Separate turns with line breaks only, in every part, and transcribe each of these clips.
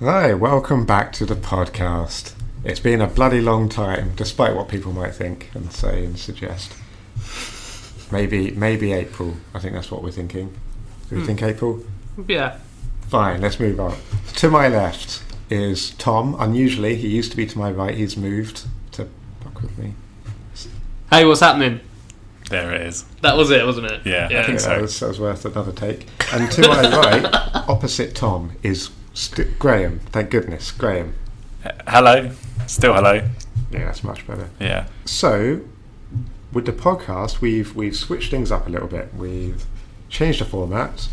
Hi, welcome back to the podcast. It's been a bloody long time, despite what people might think and say and suggest. Maybe, maybe April. I think that's what we're thinking. Do we
Hmm.
think April?
Yeah.
Fine, let's move on. To my left is Tom. Unusually, he used to be to my right. He's moved to fuck with me.
Hey, what's happening?
There it is.
That was it, wasn't it?
Yeah, I
Yeah.
think
Yeah, that,
so.
was, that was worth another take. And to my right, opposite Tom, is st- Graham. Thank goodness, Graham.
H- Hello. Still hello.
Yeah, that's much better.
Yeah.
So, with the podcast, we've we've switched things up a little bit. We've changed the format.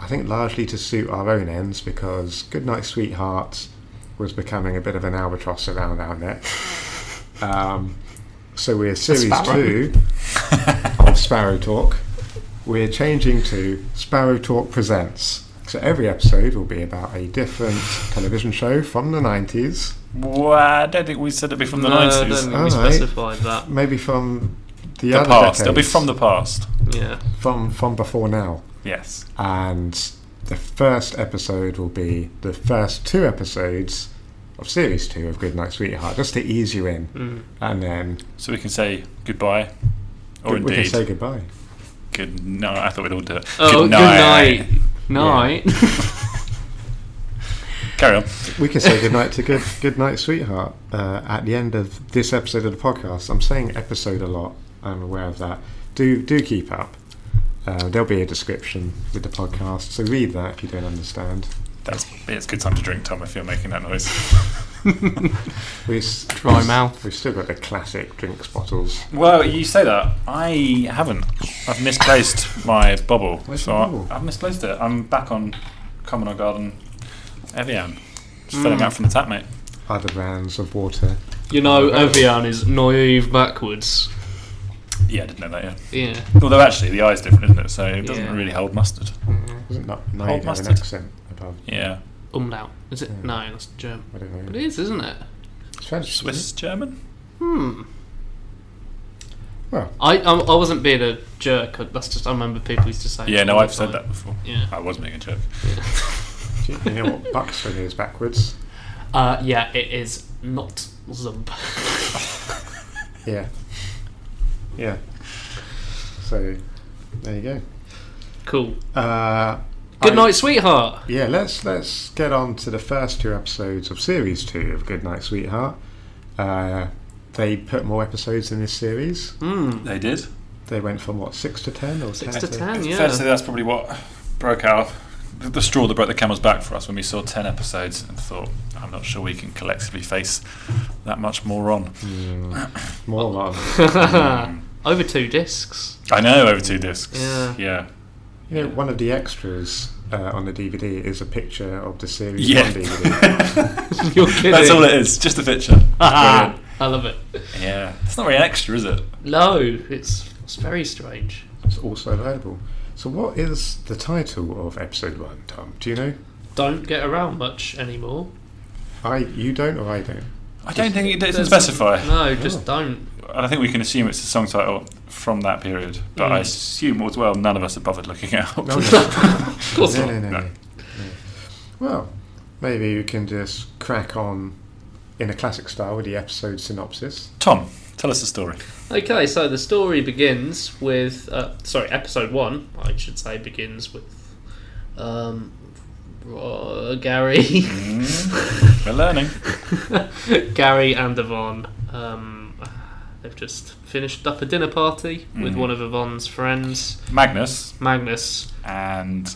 I think largely to suit our own ends because "Goodnight, Sweetheart" was becoming a bit of an albatross around our neck. Um, so we're series
sparrow.
two of Sparrow Talk. We're changing to Sparrow Talk Presents. So every episode will be about a different television show from the 90s,
Wow, I don't think we said it'd be from the
no, I don't
90s.
think
All
we
right.
specified that.
maybe from the,
The
other
past. It'll be
decades.
from the past.
Yeah.
from from before now
Yes.
and the first episode will be the first two episodes of series two of Good Night Sweetheart just to ease you in
Mm.
and then
So we can say goodbye. Or
we can
Oh, indeed,
say goodbye
good night. I thought we'd all do it.
Oh, good night. Night.
Carry on.
we can say goodnight to good, good Night Sweetheart uh, at the end of this episode of the podcast I'm saying episode a lot I'm aware of that do do keep up uh, there'll be a description with the podcast so read that if you don't understand
That's, it's a good time to drink, Tom, if you're making that noise.
we dry
Dry mouth.
we've still got the classic drinks bottles
Well, you say that. I haven't. I've misplaced my bubble.
Where's
so
your bubble?
I, have misplaced it. I'm back on Common or Garden Evian. Just
Hmm.
filling out from the tap, mate.
other brands of water
you know, Evian is naive backwards.
Yeah, I didn't know that, yeah.
Yeah.
Although actually, the eye's different, isn't it? So it doesn't
Yeah.
really hold mustard.
Isn't that
Old
naive an
mustard.
accent above?
Yeah.
Umlaut. Is it?
Yeah.
No, that's German.
I don't know.
It is, isn't it?
It's French, isn't
Swiss German?
Hmm.
Well.
I, I I wasn't being a jerk. I- That's just I remember people used to say.
Yeah,
it
no,
all the
I've said
time.
that before.
Yeah.
I was making a joke.
it? Do you know what Buxton is backwards?
Uh, yeah, it is not zub.
Yeah. Yeah. So, there you go.
cool.
Uh,
Good
I-
night, sweetheart.
Yeah, let's let's get on to the first two episodes of series two of Good Night Sweetheart. Uh, they put more episodes in this series.
Hmm.
They did.
They went from what six to ten or
Six
10
to ten. Yeah.
Fair to say that's probably what broke our the, the straw that broke the camel's back for us when we saw ten episodes and thought, I'm not sure we can collectively face that much more on.
Mm, more on.
Over two discs.
I know over two discs.
Yeah.
Yeah.
You know, one of the extras uh, on the DVD is a picture of the series
Yeah.
on DVD.
You're kidding.
That's all it is. Just a picture.
Ah,
Brilliant.
I love it.
Yeah. It's not really an extra, is it?
No, it's it's very strange.
It's also available. So, what is the title of episode one, Tom? Do you know?
Don't get around much anymore.
I you don't or I don't.
I don't think it doesn't
There's-
specify.
No, just
Oh.
don't.
And I think we can assume it's a song title from that period. But I
Mm.
assume as well none of us are bothered looking out.
No, no,
Of course
no,
not.
no, no, no.
No.
Well, maybe you can just crack on in a classic style with the episode synopsis.
Tom, tell us the story.
Okay, so the story begins with. Uh, sorry, episode one, I should say, begins with. Um, uh, Gary.
We're learning.
Gary and Yvonne. Um, they've just finished up a dinner party with
Mhm.
one of Yvonne's friends,
Magnus
Magnus.
and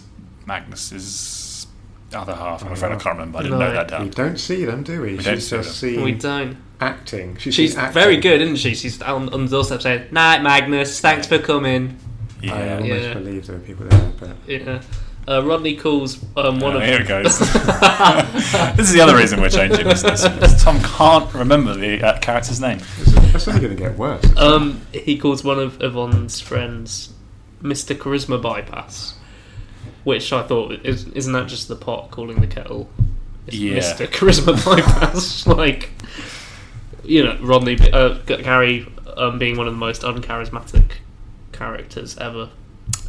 Magnus's other half. I'm
Oh,
afraid I
no.
can't remember. I didn't
No.
know that
We
down.
don't see them, do we?
We don't
She's
see
just
We
seen
don't.
acting. She's,
She's
seen acting.
very good, isn't she? She's on, on the doorstep saying, "Night, Magnus. Thanks for coming."
I
Yeah.
almost
Yeah.
believe there were people there, but
Yeah. Uh, Rodney calls um, one
Oh,
of.
here it goes. this is the other reason we're changing this. because Tom can't remember the uh, character's name.
it's- that's only going to get worse. isn't it?
Um, he calls one of Yvonne's friends Mr. Charisma Bypass, which I thought is, isn't that just the pot calling the kettle? It's
Yeah.
Mr. Charisma Bypass, like you know, Rodney uh, G- Gary um, being one of the most uncharismatic characters ever.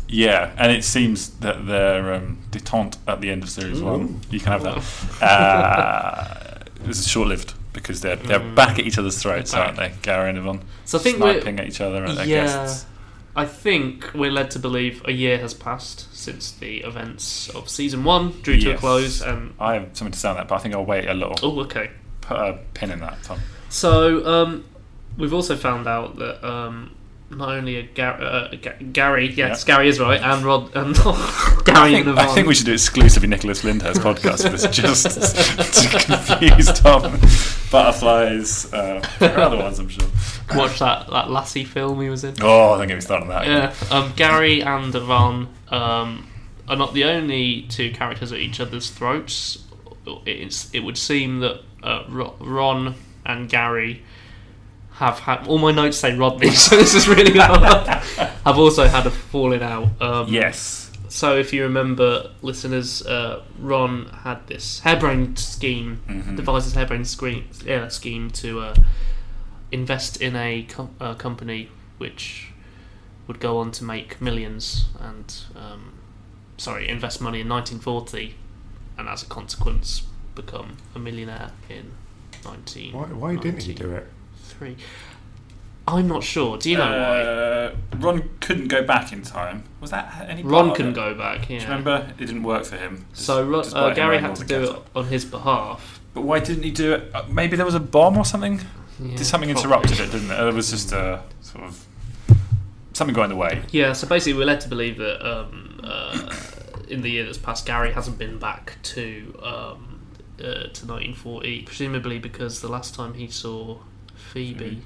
Yeah, and it seems that their um, detente at the end of series one,
Ooh.
you can have that, uh, is short lived because they're they're
Mm.
back at each other's throats,
They're
aren't they, Gary and Yvonne?
So I think we're-
sniping at each other at their
Yeah.
guests.
I think we're led to believe a year has passed since the events of season one drew to a
Yes.
close, and
I have something to say on that, but I think I'll wait a little.
oh, okay.
Put a pin in that, Tom.
So um, we've also found out that um, not only a Gar- uh, a Ga- Gary, yes, Gary is right, and Rod and
I
Gary
think,
and
I think we should do exclusively Nicholas Lyndhurst podcast for this, just to confuse Tom. Butterflies, uh, there are other ones, I'm sure.
watch that that Lassie film he was in.
Oh, don't get me started on that.
Yeah, um, Gary and Yvonne um, are not the only two characters at each other's throats. It's, it would seem that uh, Ro- Ron and Gary have had. All my notes say Rodney, so this is really hard. have also had a falling out. Um,
Yes.
So, if you remember, listeners, uh, Ron had this harebrained scheme,
Mm-hmm.
Mhm.
devised this harebrained screen, yeah, scheme to uh, invest in a com- uh, company which would go on to make millions and, um, sorry, invest money in 1940 and as a consequence become a millionaire in 19.
Why, why didn't he do it?
Three. I'm not sure. Do you know
Uh, Ron couldn't go back in time. Was that any?
why?
part
Ron
of
couldn't
it?
go back. Yeah.
Do you remember? It didn't work for him.
So
Des-
Ro-
despite
uh,
him
Gary
wearing
had
all
to
the
do it
getup.
on his behalf.
But why didn't he do it? Uh, Maybe there was a bomb or something.
Yeah,
Did something
probably.
interrupted it? Didn't it? It was just a sort of something got in the way.
Yeah, so basically, we're led to believe that um, uh, in the year that's passed, Gary hasn't been back to um, uh, to 1940, presumably because the last time he saw Phoebe,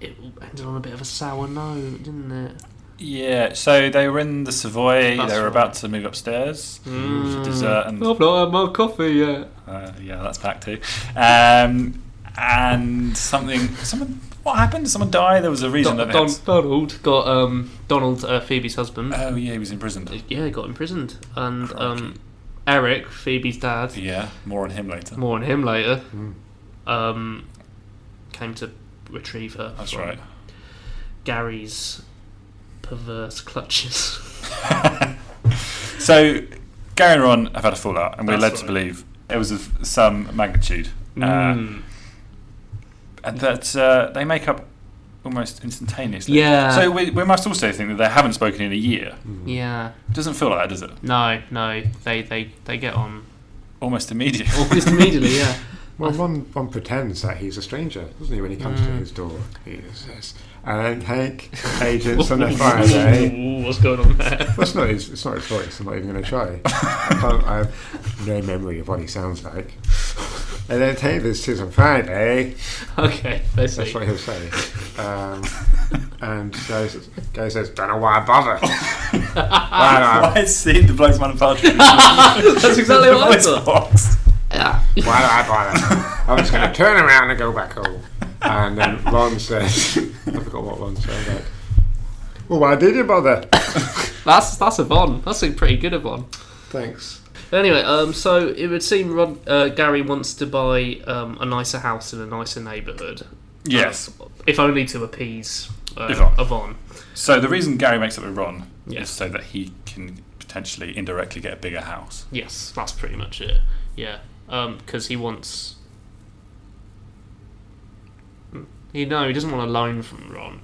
it ended on a bit of a sour note, didn't it?
Yeah. So they were in the Savoy.
That's
they were
right. Mm.
about to move upstairs for dessert and
I've not had my coffee yet.
Uh, yeah, that's back too. Um, and something, someone, what happened? Did someone die? There was a reason
Don-
that.
Don-
it's-
Donald got um, Donald, uh, Phoebe's husband.
oh yeah, he was imprisoned.
Yeah, he got imprisoned. And
Crikey.
um, Eric, Phoebe's dad,
Yeah, more on him later.
more on him later,
Hmm.
um, came to retrieve her.
That's
from
right.
Gary's perverse clutches.
So Gary and Ron have had a fallout, and we're
That's
led to
right.
believe it was of some magnitude, uh,
Mm.
and that uh, they make up almost instantaneously.
Yeah.
So we, we must also think that they haven't spoken in a year.
yeah.
It doesn't feel like that, does it?
No, no. They they, they get on
Almost immediately.
almost immediately, yeah.
Well, one, one pretends that he's a stranger, doesn't he, when he comes to
Mm.
his door? He says, and Hank, agents on their Friday.
eh?
Ooh, what's going on there?
That's not his, it's not his voice, I'm not even going to try. I, can't, I have no memory of what he sounds like. And then take this to on Friday.
Okay, I see.
eh?" That's what he'll say. Um, and Gary says, Gary says, don't know why I bother. why, do I,
I see the bloke's manufacturing.
That's exactly what I thought. Yeah.
why do I bother? I'm just going to turn around and go back home. And then Ron says, I forgot what Ron said. Like, well, why did you bother?
That's that's a Von. That's a pretty good Von.
Thanks.
Anyway, um, so it would seem Rod, uh, Gary wants to buy um, a nicer house in a nicer neighbourhood.
Yes.
Uh, if only to appease uh,
Yvonne.
Yvonne.
So the reason Gary makes up with Ron
Yeah.
is so that he can potentially indirectly get a bigger house.
Yes, that's pretty much it. Yeah, because he wants. You know, he doesn't want a loan from Ron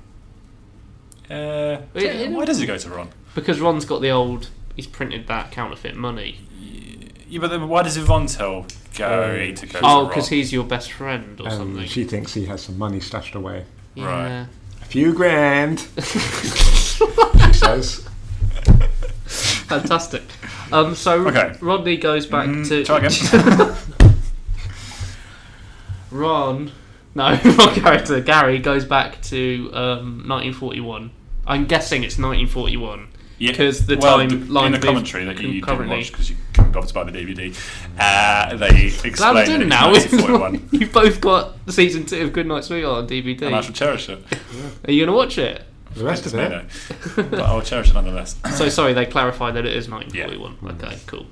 Uh,
Yeah, you know-
why does he go to Ron?
because Ron's got the old. He's printed that counterfeit money.
Yeah, but then why does Yvonne tell Gary
Um,
to go to
Oh,
Ron?
because he's your best friend or
And
something.
Um, she thinks he has some money stashed away.
yeah.
A few grand, she says.
Fantastic. Um, so
Okay.
Rodney goes back
Mm,
to
try again.
Ron. No, wrong character. Gary goes back to um, 1941. I'm guessing it's 1941.
Yeah,
'Cause the
well,
time
d-
line
in the
moved
commentary that you didn't
concurrently.
watch because you couldn't bother to buy the DVD, uh, they explain
Glad I
that
didn't
it's
now.
1941,
You've both got season two of Goodnight Sweetheart on DVD.
and I shall cherish it.
Are you going to watch it?
The rest of
It's me,
it.
though. but I will cherish it nonetheless.
So sorry, they clarified that it is 1941. Okay, cool.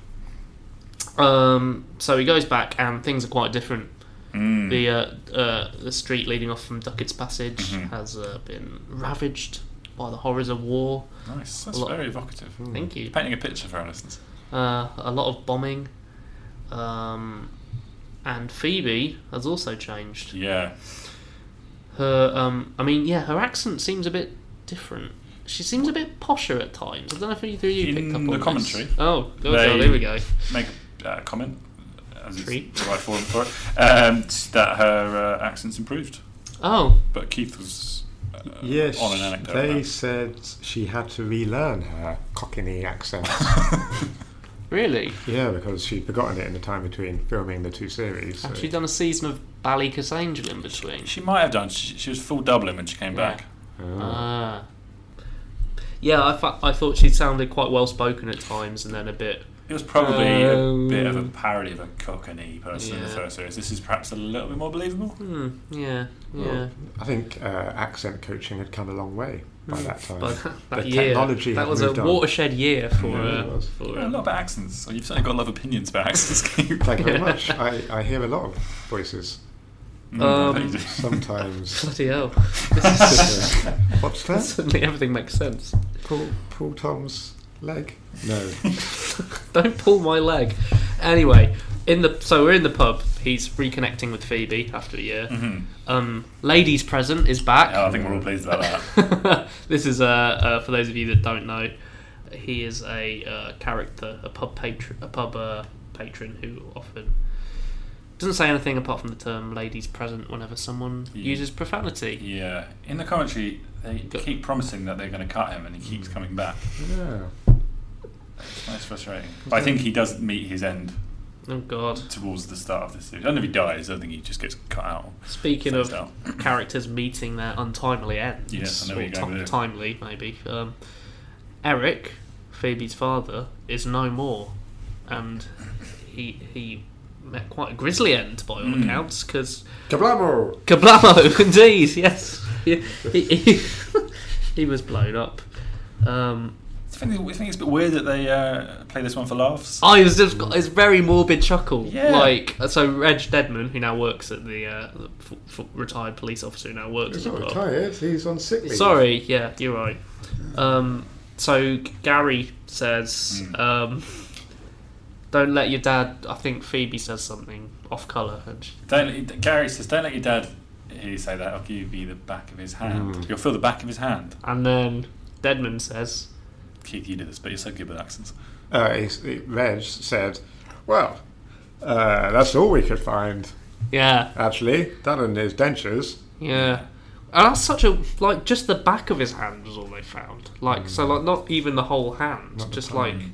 Um, so he goes back, and things are quite different.
Mm.
uh, The uh, uh, the street leading off from Duckett's Passage
Mhm.
has uh, been ravaged by the horrors of war.
Nice. That's
A lot-
very evocative.
Thank you.
Painting a picture for our listeners.
Uh, a lot of bombing. Um, and Phoebe has also changed.
Yeah.
Her, um, I mean, yeah, her accent seems a bit different. She seems a bit posher at times. I don't know if either of you picked
In
up on
the
this.
commentary,
Oh, there we
they-
go, there we go.
Make a uh, comment. As is
Tree.
the right forum for it. Um, that her uh, accent's improved,
Oh,
but Keith was uh,
Yes,
on an anecdote.
they
about-
said she had to relearn her Cockney accent.
really?
yeah, because she'd forgotten it in the time between filming the two series.
Have
so-
she done a season of Ballycus Angel in between?
She might have done. She, she was full Dublin when she came
Yeah.
back.
Ah.
Ah. Yeah, I, fa- I thought she sounded quite well spoken at times and then a bit.
It was probably a bit of a
Um,
parody of a Cockney person in the
Yeah.
first series. This is perhaps a little bit more believable.
Hmm, yeah, yeah.
I think uh, accent coaching had come a long way by that time.
But Hmm. that,
the
year,
technology
that
had
was a
moved on.
watershed year for.
Yeah, it
uh,
was.
for
Yeah, a lot
um,
of accents. So you've certainly got a lot of opinions about accents. Keith.
Thank you very
Yeah.
much. I, I hear a lot of voices
Mm, I bet
Um,
you do.
sometimes.
bloody hell!
What's that?
Suddenly everything makes sense.
Pull, pull Tom's leg? No.
Don't pull my leg. Anyway, in the so we're in the pub. He's reconnecting with Phoebe after a year.
Mhm.
Um, ladies present is back.
Oh,
Yeah, I think we're all pleased about that.
this is uh, uh, for those of you that don't know, he is a uh, character, a pub patron, a pub uh, patron who often doesn't say anything apart from the term "ladies present" whenever someone
Yeah.
uses profanity.
Yeah, in the commentary, they keep promising that they're going to cut him, and he keeps
Mm.
coming back.
Yeah.
That's frustrating. But I think he does meet his end
Oh God!
towards the start of this series. I don't know if he dies. I think he just gets cut out.
Speaking
Phased
of
out.
characters meeting their untimely ends,
Yes, I know where
or
you're going
ti-
with it.
timely maybe. Um, Eric, Phoebe's father, is no more, and he he met quite a grisly end by all
Mm.
accounts because.
Kablamo!
Kablamo, indeed, yes. He, he- he- he was blown up. Um,
I think, I think it's a bit weird that they uh, play this one for laughs.
I was just got this very morbid chuckle.
Yeah.
Like, uh, so Reg Deadman, who now works at the, uh, the f- f- retired police officer who now works
He's
at
not
the pub.
retired, he's on sick leave.
Sorry, yeah, you're right. Um, so G- Gary says,
Hmm.
Mm.
um, don't let your dad, I think Phoebe says something off colour. And she-
Don't, Gary says, "Don't let your dad hear you say that. I'll give you the back of his hand.
Mm.
You'll feel the back of his hand."
and then Deadman says,
Keith, you do this, but you're so good with accents.
Uh, he's- he- Reg said, well, uh, that's all we could find,
yeah,
actually. That and his dentures.
Yeah. And that's such a like just the back of his hand was all they found. Like so
Mm.
like not even the whole hand.
Not the
just like
palm.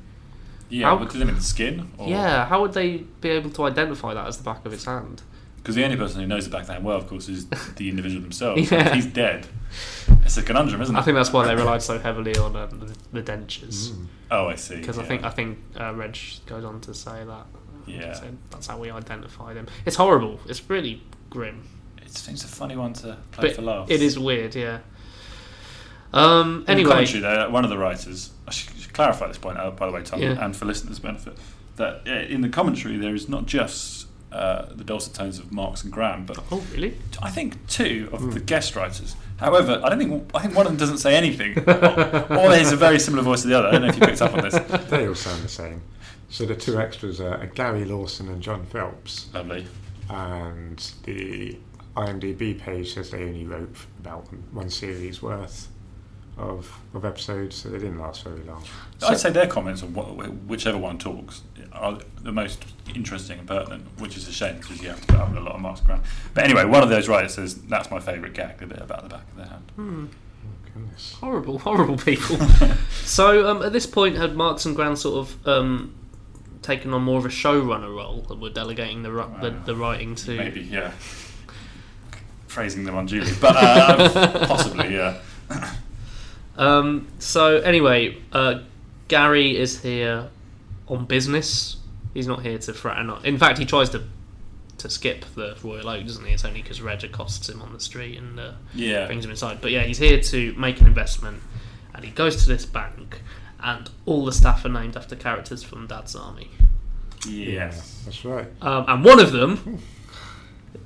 Yeah,
How-
but does it mean the skin? Or,
Yeah, how would they be able to identify that as the back of his hand?
Because the only person who knows the back of that well, of course, is the individual themselves.
Yeah.
If he's dead, it's a conundrum, isn't it?
I think that's why they relied so heavily on um, the, the dentures
Oh, I see.
because I
yeah.
think I think uh, Reg goes on to say that.
Yeah.
So that's how we identified him. It's horrible. It's really grim.
it seems a funny one to play for laughs.
it is weird. Yeah. Um.
In the
Anyway.
commentary, there, one of the writers. I should, should clarify this point, uh, by the way, Tom,
Yeah.
and for listeners' benefit, that uh, in the commentary there is not just uh, the dulcet tones of Marx and Graham, but
Oh Hmm. really?
I think two of the guest writers. However, I don't think I think one of them doesn't say anything, or, or has a very similar voice to the other. I don't know if you picked up on this.
They all sound the same. So the two extras are Gary Lawson and John Phelps.
Lovely.
And the IMDb page says they only wrote about one series worth of, of episodes, so they didn't last very long.
I'd say their comments on wh- whichever one talks are the most interesting and pertinent, which is a shame because you have to put up with a lot of Marx and Graham. But anyway, one of those writers says that's my favourite gag, the bit about the back of their hand.
Hmm.
Oh, goodness.
Horrible, horrible people. so um, at this point, had Marks and Grand sort of um, taken on more of a showrunner role and were delegating the, ru- the, the writing to.
Maybe, yeah. Phrasing them unduly, but uh, possibly, yeah.
Um, so anyway, uh, Gary is here on business. He's not here to threaten. In fact, he tries to to skip the Royal Oak, doesn't he? It's only because Reg accosts him on the street and. Uh,
Yeah.
brings him inside. But yeah, he's here to make an investment, and he goes to this bank, and all the staff are named after characters from Dad's Army.
Yes. Uh,
That's right.
Um, and one of them,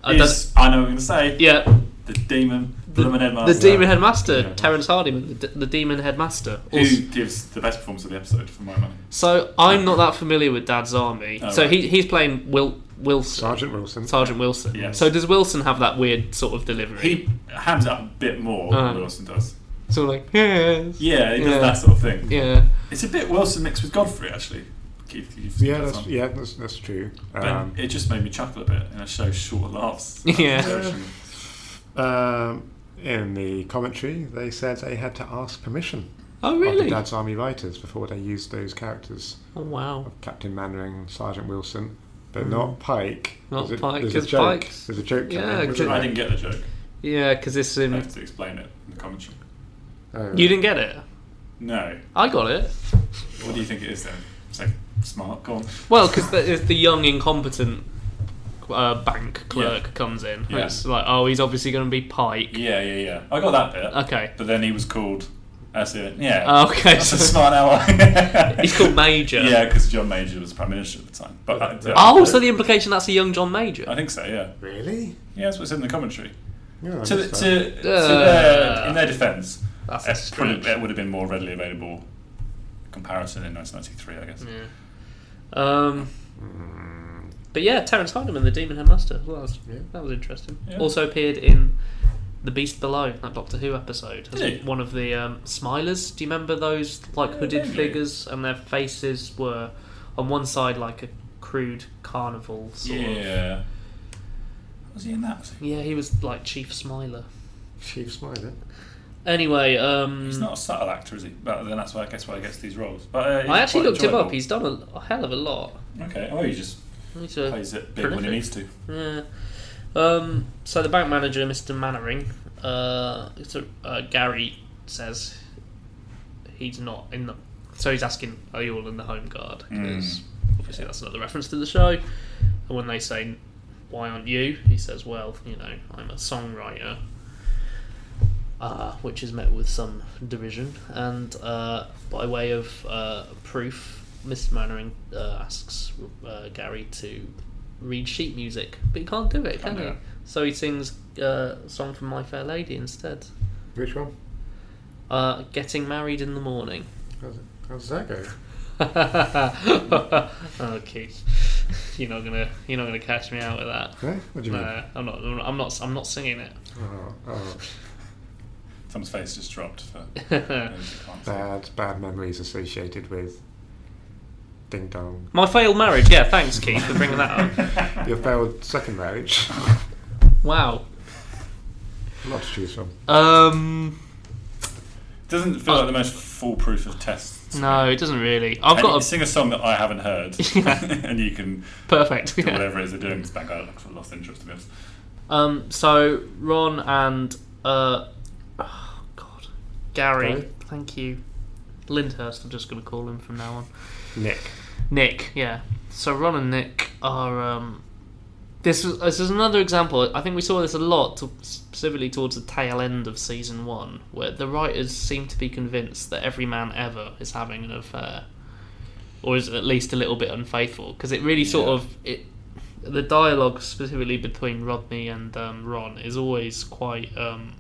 I don't-
Is, I know what I'm going to say.
yeah,
The demon
the,
Demon
the
Headmaster.
Demon Headmaster,
Yeah.
Terence Hardiman, the, d- the Demon Headmaster.
Who
Also-
gives the best performance of the episode, for my money?
So I'm not that familiar with Dad's Army.
Oh,
so
right.
he, he's playing Wil- Wilson,
Sergeant Wilson.
Sergeant Wilson.
Yes.
So does Wilson have that weird sort of delivery?
He hands up a bit more
Uh-huh.
than Wilson does.
sort of like yes,
Yeah, he does
Yeah.
that sort of thing.
yeah.
It's a bit Wilson mixed with Godfrey, actually. Keith, Keith
yeah,
that's
that's,
on.
yeah, that's, that's true.
But
Um,
it just made me chuckle a bit in a show short of laughs.
Yeah.
um, in the commentary, they said they had to ask permission
Oh
of the
really?
Dad's Army writers before they used those characters
Oh wow.
of Captain Mannering, Sergeant Wilson, but not Pike.
Not
There's a-
Pike,
There's a
'cause
joke.
Pike's-
There's a joke.
Yeah,
coming,
good-
wasn't
I
there?
didn't get the joke.
Yeah, because it's
I
in.
had to explain it in the commentary.
Oh,
You didn't get it.
No.
I got it.
What do you think it is then? It's like smart, go on.
Well, because the, it's the young incompetent uh, bank clerk
Yeah.
comes in.
Yeah.
It's like oh, he's obviously going to be Pike.
Yeah, yeah, yeah. I got that bit.
Okay.
But then he was called. That's it. Yeah.
Oh, okay.
That's a smart ally.
He's called Major.
Yeah, because John Major was prime minister at the time. But I,
Oh, so the implication that's a young John Major.
I think so. Yeah.
Really?
Yeah, that's what's in the commentary.
Yeah, I
To,
missed
to,
that.
to their,
Uh,
in their defence,
That's a
it probably-
stretch.
it would have been more readily available comparison in 1993, I guess.
Yeah. Um.
Hmm.
But yeah, Terence Hardiman, the Demon Headmaster. Well, that was
Yeah.
that was interesting.
Yeah.
Also appeared in the Beast Below, that Doctor Who episode, as
Did he?
one of the um, Smilers. Do you remember those like
Yeah,
hooded
vaguely.
figures and their faces were on one side like a crude carnival sort of.
Yeah. Was he in that? Was he?
Yeah, he was like Chief Smiler.
Chief eh? Smiler.
Anyway, um,
He's not a subtle actor, is he? But then that's why I guess why he gets these roles. But uh, he's
I actually
quite
looked him up.
enjoyable.
He's done a, a hell of a lot.
okay. Oh, he just
I need to-
plays it big when
prolific.
he needs to.
Yeah. Um, so the bank manager, Mr. Mannering, uh, it's a, uh, Gary says he's not in the. So he's asking, "Are you all in the Home Guard?" Because
Mm.
obviously that's another reference to the show. And when they say, "Why aren't you?" he says, "Well, you know, I'm a songwriter." Uh, which is met with some derision, and uh, by way of uh, proof, Mr. Mannering uh, asks uh, Gary to read sheet music, but he can't do it, can
Can't do
he?
it.
So he sings uh, a song from My Fair Lady instead.
Which one?
Uh, Getting married in the morning.
How's, it, how does that go?
oh, Keith, you're not gonna you're not gonna catch me out with that.
Eh? What do you mean?
No, I'm not. I'm not. I'm not singing it.
Oh, oh,
Tom's face just dropped. For, those who can't see.
bad, bad memories associated with Ding Dong.
My failed marriage. Yeah, thanks, Keith, for bringing that up.
Your failed second marriage.
Wow.
A lot to choose from.
Um.
Doesn't feel like the most foolproof of tests.
No, it doesn't really. I've
Can you
got a
sing a song that I haven't heard,
Yeah.
and you can
perfect.
do
yeah.
whatever it is they're doing. This back, I I've lost interest in this.
Um, so Ron and uh, oh God, Gary.
Gary?
Thank you, Lyndhurst. I'm just going to call him from now on.
Nick.
Nick. Yeah. So Ron and Nick are. Um, this was this is another example. I think we saw this a lot, to, specifically towards the tail end of season one, where the writers seem to be convinced that every man ever is having an affair, or is at least a little bit unfaithful, because it really sort
Yeah.
of it. The dialogue specifically between Rodney and um, Ron is always quite. Um,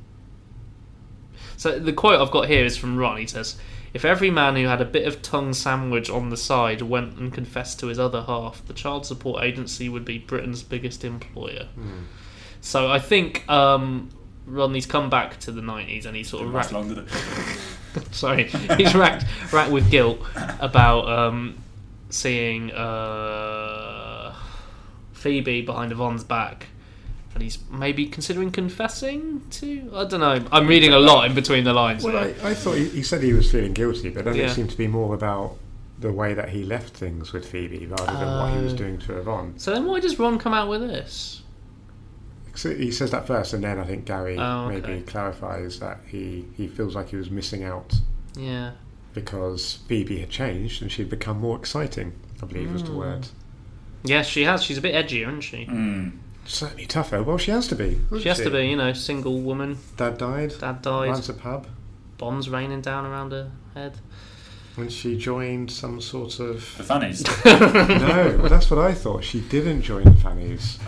so the quote I've got here is from Ron. He says, "If every man who had a bit of tongue sandwich on the side went and confessed to his other half, the child support agency would be Britain's biggest employer." So I think um, Rodney's come back to the '90s and he's sort of
Didn't
racked.
last long, did it?
sorry, he's racked racked with guilt about um, seeing uh, Phoebe behind Yvonne's back. And he's maybe considering confessing to. I don't know. I'm reading a lot in between the lines.
Well,
here.
I, I thought he, he said he was feeling guilty, but then
Yeah.
it seemed to be more about the way that he left things with Phoebe rather than what he was
Oh.
doing to Yvonne.
So then, why does Ron come out with this?
So he says that first, and then I think Gary
Oh, okay.
maybe clarifies that he, he feels like he was missing out
Yeah.
because Phoebe had changed and she'd become more exciting, I believe
Hmm.
was the word.
Yes, she has. She's a bit edgier, isn't she?
Mm.
Certainly tougher. Well, she has to be. doesn't
She has to be, you know, single woman.
Dad died.
Dad died.
Runs a pub.
Bombs raining down around her head.
when she joined some sort
The
of.
fannies.
no, well, that's what I thought. She didn't join the Fannies.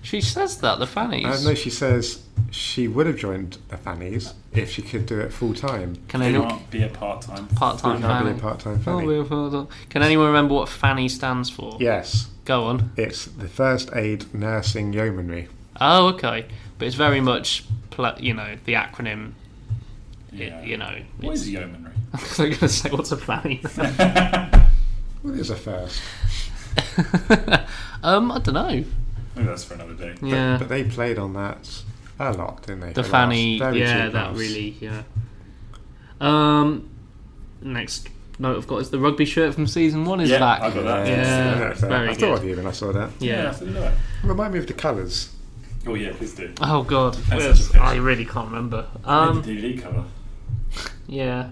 She says that the
Uh,
fannies.
no, she says she would have joined the Fannies if she could do it full time.
Can
they
anyone
can't be a part time.
part-time
Can't be
fanny?
a part time
Oh,
Fanny.
we're part-time. Can anyone remember what fanny stands for?
Yes,
Go on.
it's the First Aid Nursing Yeomanry.
Oh, okay. But it's very much, pla you know, the acronym.
Yeah.
It, you know.
What
it's-
is yeomanry?
So I'm going to say, what's a fanny?
What is a first?
um, I don't know.
Maybe that's for another day.
Yeah.
But they played on that a lot, didn't they?
the
for last
fanny.
32
Yeah, that
months?
really. Yeah. Um, next note I've got is the rugby shirt from season one is
Yeah,
back.
I got that.
Yeah,
Yeah,
very
I
good.
thought of you when I saw that.
Yeah.
so do that.
Remind me of the colours.
Oh yeah, please do.
Oh god,
That's
Where's-
such a
I
pity.
really can't remember.
Um,
Um,
the DVD cover.
yeah,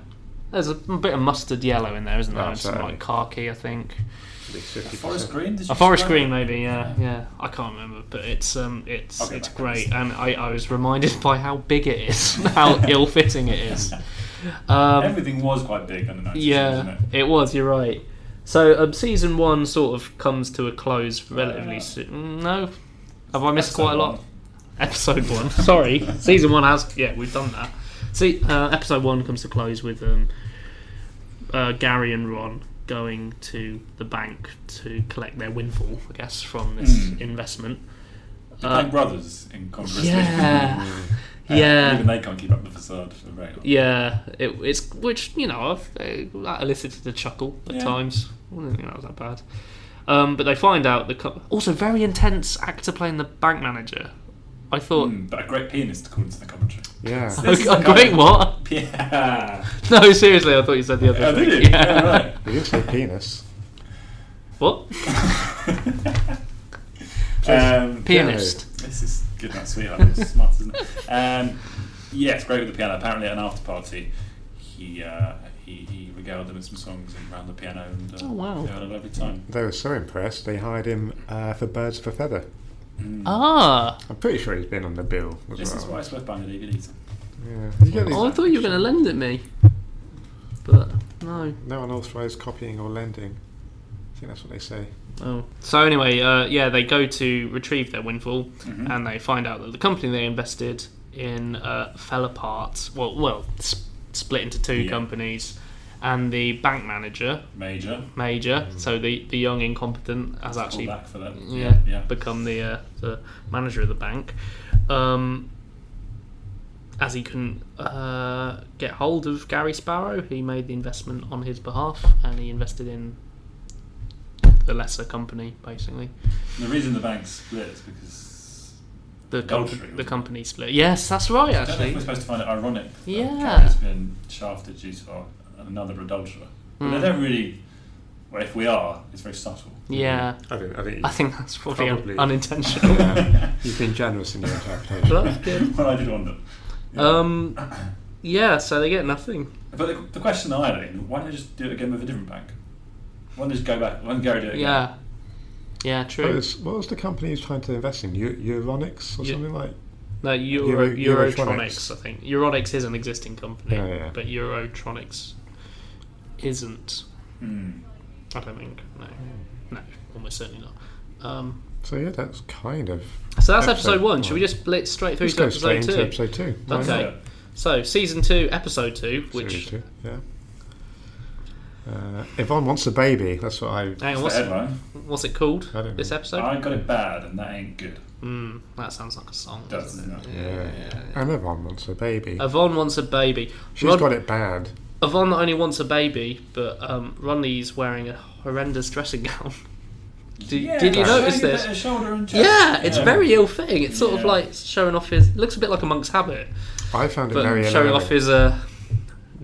there's a bit of mustard yellow in there, isn't there?
Oh,
And some
certainly.
like khaki, I think.
A forest green. Did you
A forest green,
describe it?
maybe. Yeah, yeah. I can't remember, but it's um, it's
I'll go
it's
back on this.
great, and I, I was reminded by how big it is, how ill fitting it is. Um,
Everything was quite big under 90s,
yeah,
wasn't it?
it was. You're right. So um, season one sort of comes to a close relatively
yeah.
soon. No, have I missed
Uh, Episode
quite a lot?
one.
Episode one. Sorry, season one has. Yeah, we've done that. See, uh, episode one comes to close with um, uh, Gary and Ron going to the bank to collect their windfall, I guess, from this
Mm.
investment.
They're
Uh,
like brothers in contrast.
yeah,
Uh,
yeah.
Even they can't keep up the facade for very long.
Yeah, it, it's which you know I've, uh, that elicited a chuckle at
Yeah.
times. I didn't think that was that bad. Um, but they find out the co- also very intense actor playing the bank manager. I thought
Mm, but a great pianist according to the commentary.
Yeah.
a,
This is
a
the
great
guy-
what?
Yeah.
No, seriously, I thought you said the other
Oh,
thing.
did you? Yeah, right.
They didn't say penis.
What
Um,
pianist?
This is good, not sweet. That was smart, isn't it? Um, yeah, it's great with the piano. Apparently, at an after party, he uh, he, he regaled them with some songs and ran the piano, and uh,
Oh, wow.
they had a lovely time.
They were so impressed they hired him uh, for Birds of a Feather.
Ah,
I'm pretty sure he's been on the bill as
Hmm. This
well.
is why it's worth buying the DVDs.
Yeah. Did you get these-
oh, I thought you were going to lend it me, but no.
No one authorised copying or lending. I think that's what they say.
Oh. So anyway, uh, yeah, they go to retrieve their windfall,
Mhm.
and they find out that the company they invested in uh, fell apart. Well, well, sp- split into two
Yeah.
companies, and the bank manager,
Major.
Major, so the the young incompetent, has
Pull
actually
back for them.
yeah,
Yeah.
become the uh, the manager of the bank, um, as he couldn't uh, get hold of Gary Sparrow. He made the investment on his behalf, and he invested in the lesser company, basically.
The reason the bank split is because.
The
Adultery,
company,
wasn't
the
it?
company split. Yes, that's right.
I don't know
Actually,
if we're supposed to find it ironic that
Yeah.
Gary's been shafted due to another adulterer. But
Mm.
they don't really. Well, if we are, it's very subtle.
yeah.
I think, I think
I think that's probably, un-
Probably.
unintentional.
you've been generous in your interpretation.
Well, that's good.
well, I did wonder. Yeah.
Um, yeah. So they get nothing.
But the, the question I had, why don't they just do it again with a different bank? Why don't they just go back? Why don't Gary do it again?
Yeah. Yeah.
What
True.
was, what was the company he was trying to invest in? Eu- Euronics or
Yeah.
something like
No, Euro,
Euro-
Eurotronics, I think. Euronics is an existing company,
Yeah, yeah.
but Eurotronics isn't.
Hmm.
I don't think. No, no, almost certainly not. Um,
So yeah, that's kind of.
so that's
Episode
episode, one.
one.
Should we just blitz straight through
Let's
to
go straight
episode two?
into episode two. Why
Okay.
not?
So season two, episode two, which
Series two, yeah. Uh, Yvonne wants a baby. That's what I.
hang on,
That's
what's
the headline.
what's it called?
I don't
This
know.
episode?
I got it bad, and that ain't good.
Mm, that sounds like a song.
Does,
doesn't
doesn't
Yeah. And Yvonne wants a baby.
Yvonne wants a baby.
She's
Uh, Rod-
got it bad.
Yvonne not only wants a baby, but um, Ronnie's wearing a horrendous dressing gown. Did- did you notice
it's showing a
this?
bit of shoulder and chest.
Yeah, it's very ill fitting. It's sort of
Yeah.
like showing off his. Looks a bit like a monk's habit,
I found it
but
very
showing
alarming.
off his uh,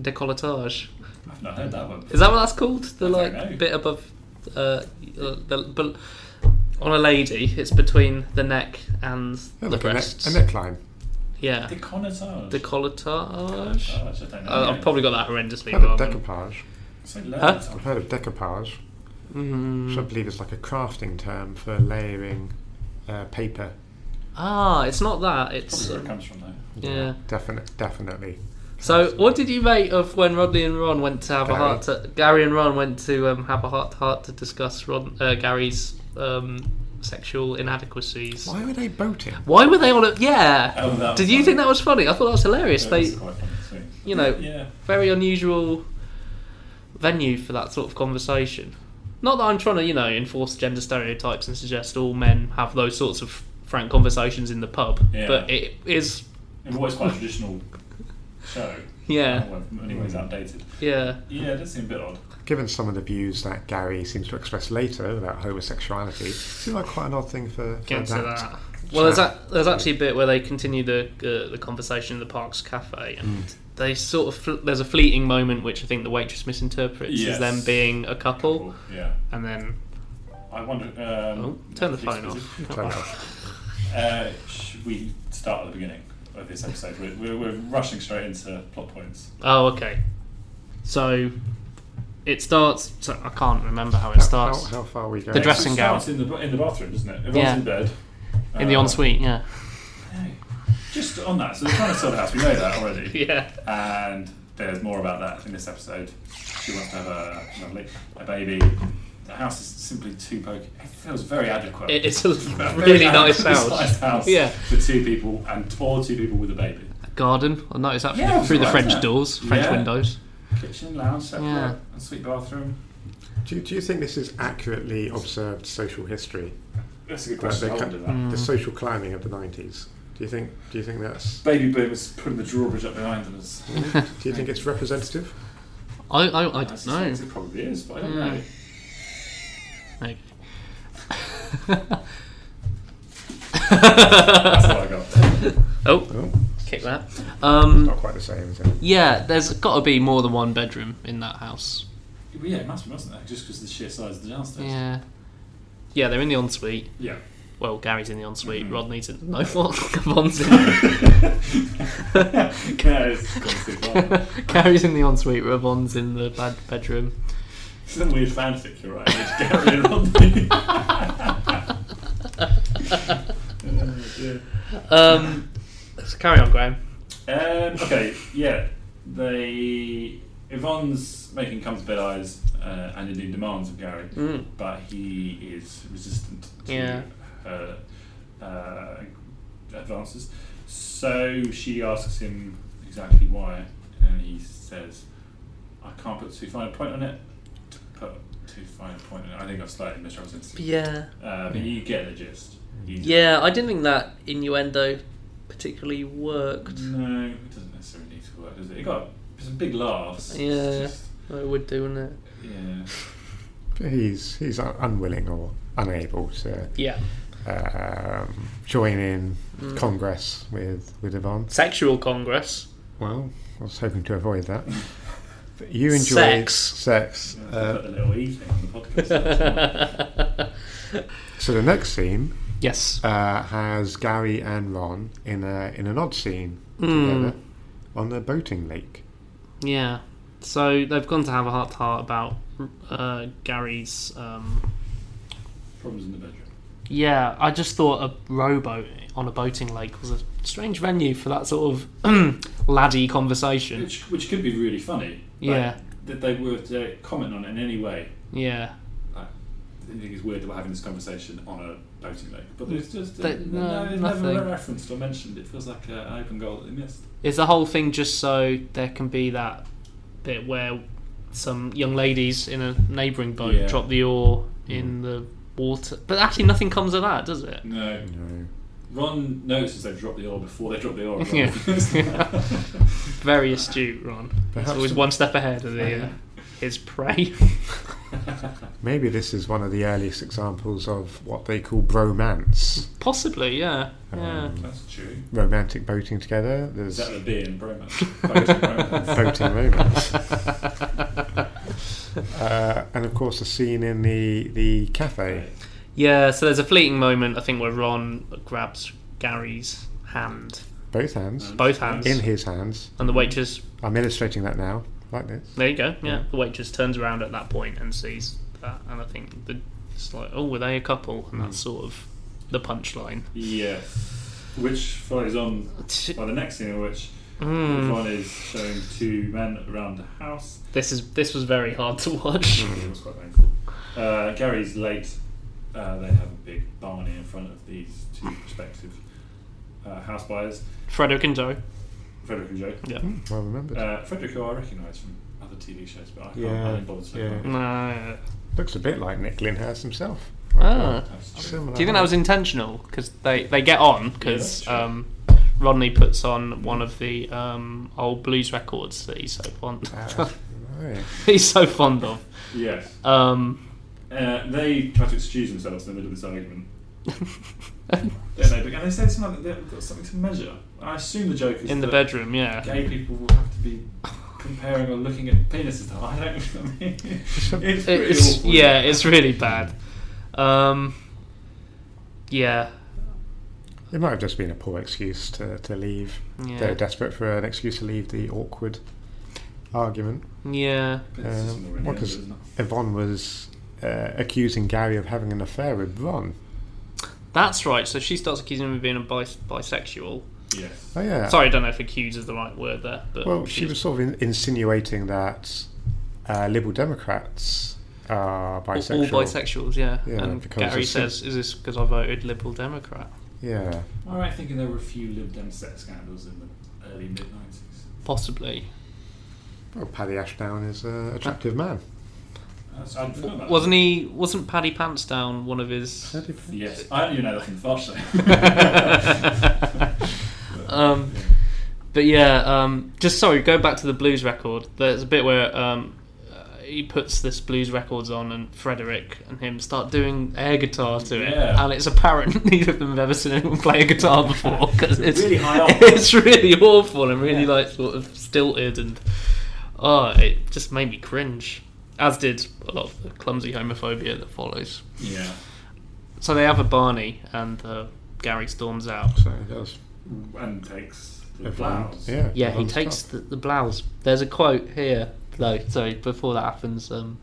decolletage.
I've not heard that one.
Is that what that's called? The
I don't
like
know.
bit above, uh, uh, the but on a lady, it's between the neck and
Yeah,
the
like a, neck,
breasts.
a neckline.
Yeah,
The connoisseur.
decolletage.
I don't know.
Uh, I've probably got that horrendously
I've heard of
wrong.
decoupage.
So learn
Huh?
I've
something.
heard of decoupage, which I
Mm.
believe is like a crafting term for layering uh, paper.
Ah, it's not that. It's
Probably where it
um,
comes from, though.
yeah.
Definite, definitely.
So, what did you make of when Rodney and Ron went to have a
Gary.
heart? To, Gary and Ron went to um, have a heart to heart to discuss Ron, uh, Gary's um, sexual inadequacies.
Why were they boating?
Why were they on a yeah?
Oh, that was
Did you
funny.
think that was funny? I thought that was hilarious.
That
They,
was quite fun to see.
you know,
Yeah.
very unusual venue for that sort of conversation. Not that I'm trying to, you know, enforce gender stereotypes and suggest all men have those sorts of frank conversations in the pub,
Yeah.
but it is,
It was quite a traditional show.
yeah,
Well, anyways, outdated.
yeah,
Yeah, it does seem a bit odd.
Given some of the views that Gary seems to express later about homosexuality, it seemed like quite an odd thing for, for
Get to
that.
that.
Well, there's,
chat.
a, there's actually a bit where they continue the uh, the conversation in the Parks Cafe, and
Hmm.
they sort of fl- there's a fleeting moment which I think the waitress misinterprets
Yes.
as them being a couple,
Cool. Yeah.
And then
I wonder. Um,
oh, turn the
Netflix
phone
visit.
off.
Turn it off.
Uh, should we start at the beginning of this episode? We're, we're, we're rushing straight into plot points.
Oh, okay. So it starts. So I can't remember how it
How-
starts.
How, how far are we go?
The dressing
It
gown.
starts in the ba- in the bathroom, doesn't it? Everyone's
Yeah.
in bed.
In the
Uh,
ensuite, yeah.
no. Just on that, so they're trying to sell the house. We know that already.
Yeah.
And there's more about that in this episode. She wants to have a, lovely, a baby. The house is simply too poky. It feels very adequate.
It- it's a
A very
really nice
adequate
house.
sized house
Yeah.
For two people and or two people with a baby.
Garden. I noticed that
Yeah,
through the
right,
French
yeah.
doors, French
Yeah.
windows.
Kitchen, lounge, separate,
Yeah.
and sweet bathroom.
Do, you- do you think this is accurately observed social history?
That's a good
The,
question. I wonder
the-
that.
the social climbing of the nineties. Do you think? Do you think
Mm.
that's?
Baby boomers putting the drawbridge up behind us.
Do you think it's representative?
I, I, I
I
don't know.
suspect It probably is, but I don't
Mm.
know.
Like-
That's what I got.
Oh,
Oh,
kick that. Um,
not quite the same. Is it?
yeah, there's got to be more than one bedroom in that house.
Well, yeah, it must be, mustn't it? Just because of the sheer size of the downstairs.
Yeah. Yeah, they're in the ensuite.
Yeah.
Well, Gary's in the ensuite.
Mhm.
Rodney's in. No, what? Gavon's in.
yeah, it's gone too far.
Gary's in the ensuite. Ravon's in the bad bedroom.
It's a weird fanfic, you're right. It's Gary and Rodney. Oh, dear.
um, so carry on, Graham.
Um, okay, yeah. They Yvonne's making comes to bed eyes uh, and indeed demands of Gary,
Mm.
but he is resistant to
Yeah.
her uh, advances. So she asks him exactly why, and he says, "I can't put too fine a point on it." To put too fine a point on it, I think I've slightly misrepresented. it.
Yeah.
Uh, but you get the gist. You-
Yeah, I didn't think that innuendo particularly worked.
No, it doesn't necessarily need to work, does it? It got some big laughs. It's
Yeah.
just-
It would do, wouldn't it?
yeah.
He's he's un- unwilling or unable to
Yeah.
um, join in Congress with with Yvonne.
Sexual congress.
Well, I was hoping to avoid that. But you enjoy
Sex.
sex.
Yeah,
Uh,
put the little E thing on the podcast. That's all.
so the next scene
Yes.
uh, has Gary and Ron in a in an odd scene
Mm.
together on the boating lake.
Yeah. So they've gone to have a heart to heart about uh, Gary's. Um,
Problems in the bedroom.
yeah, I just thought a rowboat on a boating lake was a strange venue for that sort of laddie conversation.
Which, which could be really funny. but
Yeah.
That they were to comment on it in any way.
Yeah.
I think it's weird that we're having this conversation on a boating lake. But it's just. uh,
They- no,
no, it's
nothing.
never referenced or mentioned. It feels like uh, an open goal that they missed.
Is the whole thing just so there can be that bit where some young ladies in a neighbouring boat
Yeah.
drop the oar in the water? But actually, nothing comes of that, does it?
No.
No.
Ron notices they've dropped the oar before they dropped the oar.
Yeah. Very astute, Ron. He's
Perhaps
always
the- Oh,
one step ahead of the, uh, his prey.
Maybe this is one of the earliest examples of what they call bromance.
Possibly, yeah.
Um,
Yeah.
That's true.
Romantic boating together.
Is
There's
that the beer in bromance? Boating bromance.
boating romance. uh, and of course, the scene in the the cafe.
Yeah, so there's a fleeting moment, I think, where Ron grabs Gary's hand,
Both hands.
both hands,
In his hands.
and the waitress.
I'm illustrating that now, like this.
There you go. Yeah, the waitress turns around at that point and sees that, and I think the, it's like, oh, were they a couple? And
Hmm.
that's sort of the punchline.
Yes. Which follows on by the next scene, in which
Hmm.
Which one is showing two men around the house?
This is this was very hard to watch.
Hmm.
It was quite painful. Uh, Gary's late. Uh, they have a big barney in front of these two prospective uh, house buyers,
Frederick and Joe.
Frederick and Joe.
Yeah.
Mm, well remembered.
Uh, Frederick, who I recognise from other TV shows, but I can't. I
Yeah,
didn't bother to look
yeah.
him up.
Nah.
Looks a bit like Nick Lindhouse himself. uh,
Ah.
That's true.
Similar.
Do you think that was intentional? Because they, they get on because
Yeah, that's
um, Rodney puts on one of the um, old blues records that he's so fond
Ah, right.
he's so fond of.
Yes.
Um,
Uh, they try to excuse themselves in the middle of this argument. Don't they? But- And they said something that they've got something to measure. I assume the joke is
in the
that
bedroom, yeah.
Gay people will have to be comparing or looking at penises. I don't. I mean, it's pretty
It's
awful.
yeah, it's really bad. Um, yeah,
It might have just been a poor excuse to, to leave.
Yeah.
They're desperate for an excuse to leave the awkward argument.
yeah.
But it's just
Um,
not really
because
good, isn't it?
Yvonne was uh, accusing Gary of having an affair with Ron.
That's right. So she starts accusing him of being a bis- bisexual.
Yes.
Oh yeah.
Sorry, I don't know if accuse is the right word there, but
Well, she
she's-
was sort of in- insinuating that uh, Liberal Democrats are bisexual.
All, all bisexuals, yeah.
Yeah,
and
because
Gary
it's-
says, "Is this because I voted Liberal Democrat?"
Yeah.
All right, thinking there were a few Lib Dem sex scandals in the early mid nineties.
Possibly.
Well, Paddy Ashdown is an attractive man.
I'd forgotten
Uh,
about
Wasn't he? Wasn't Paddy Pants down one of his?
that. Yes, I don't even know that's in the far
um, but yeah, um, just sorry. Go back to the blues record. There's a bit where um, uh, he puts this blues records on, and Frederick and him start doing air guitar to it,
Yeah.
and it's apparent neither of them have ever seen anyone play a guitar before because
It's
it's
really high up.
it's really awful and really
Yeah.
like sort of stilted and oh, it just made me cringe. As did a lot of the clumsy homophobia that follows.
yeah.
So they have a Barney, and uh, Gary storms out.
So he does.
And takes the
Yvonne-
blouse.
Yeah.
Yeah, he
Yvonne's
takes
top.
the, the blouse. There's a quote here, though. Sorry, before that happens, um,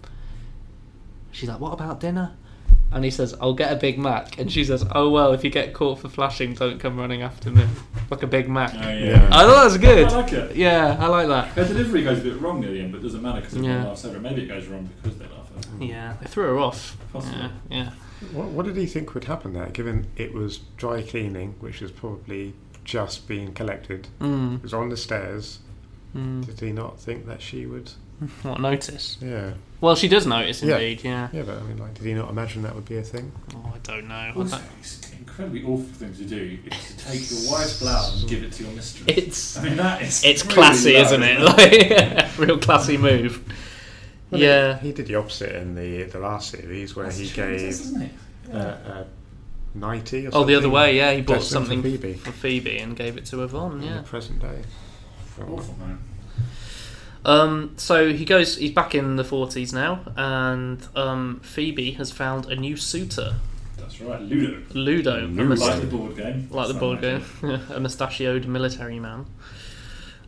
she's like, "What about dinner?" And he says, "I'll get a Big Mac." And she says, "Oh well, if you get caught for flashing, don't come running after me like a Big Mac."
Oh, yeah.
Yeah.
I thought that was good.
I like it.
Yeah, I like that.
Her delivery goes a bit wrong near the end, but it doesn't matter because everyone
Yeah.
laughs over it. Maybe it goes wrong because they laugh over it.
Yeah, they threw her off.
Possibly.
Yeah, yeah.
What, what did he think would happen there, given it was dry cleaning, which was probably just being collected?
Mm,
It was on the stairs.
mm.
Did he not think that she would?
What notice?
Yeah.
Well, she does notice
Yeah.
indeed. Yeah.
Yeah, but I mean, like, did he not imagine that would be a thing?
Oh, I don't know. I
Also,
don't-
it's an incredibly awful thing to do is to take your wife's blouse and give it to your mistress.
It's
I mean, that is.
it's
really
classy,
low,
isn't it? Like, real classy move.
Well,
yeah.
He, he did the opposite in the the last series where
That's
he
true, it is,
gave
isn't it?
uh, uh, ninety. Or
Oh, the other
something,
way, yeah. He bought
destined
something
for Phoebe.
for Phoebe and gave it to Yvonne.
In the
Yeah.
present day.
Awful, man.
Um, so he goes. He's back in the forties now, and um, Phoebe has found a new suitor,
That's right, Ludo.
Ludo, a
Ludo.
must-
Like the board game.
like the
Some
board
imagine.
game, a mustachioed military man.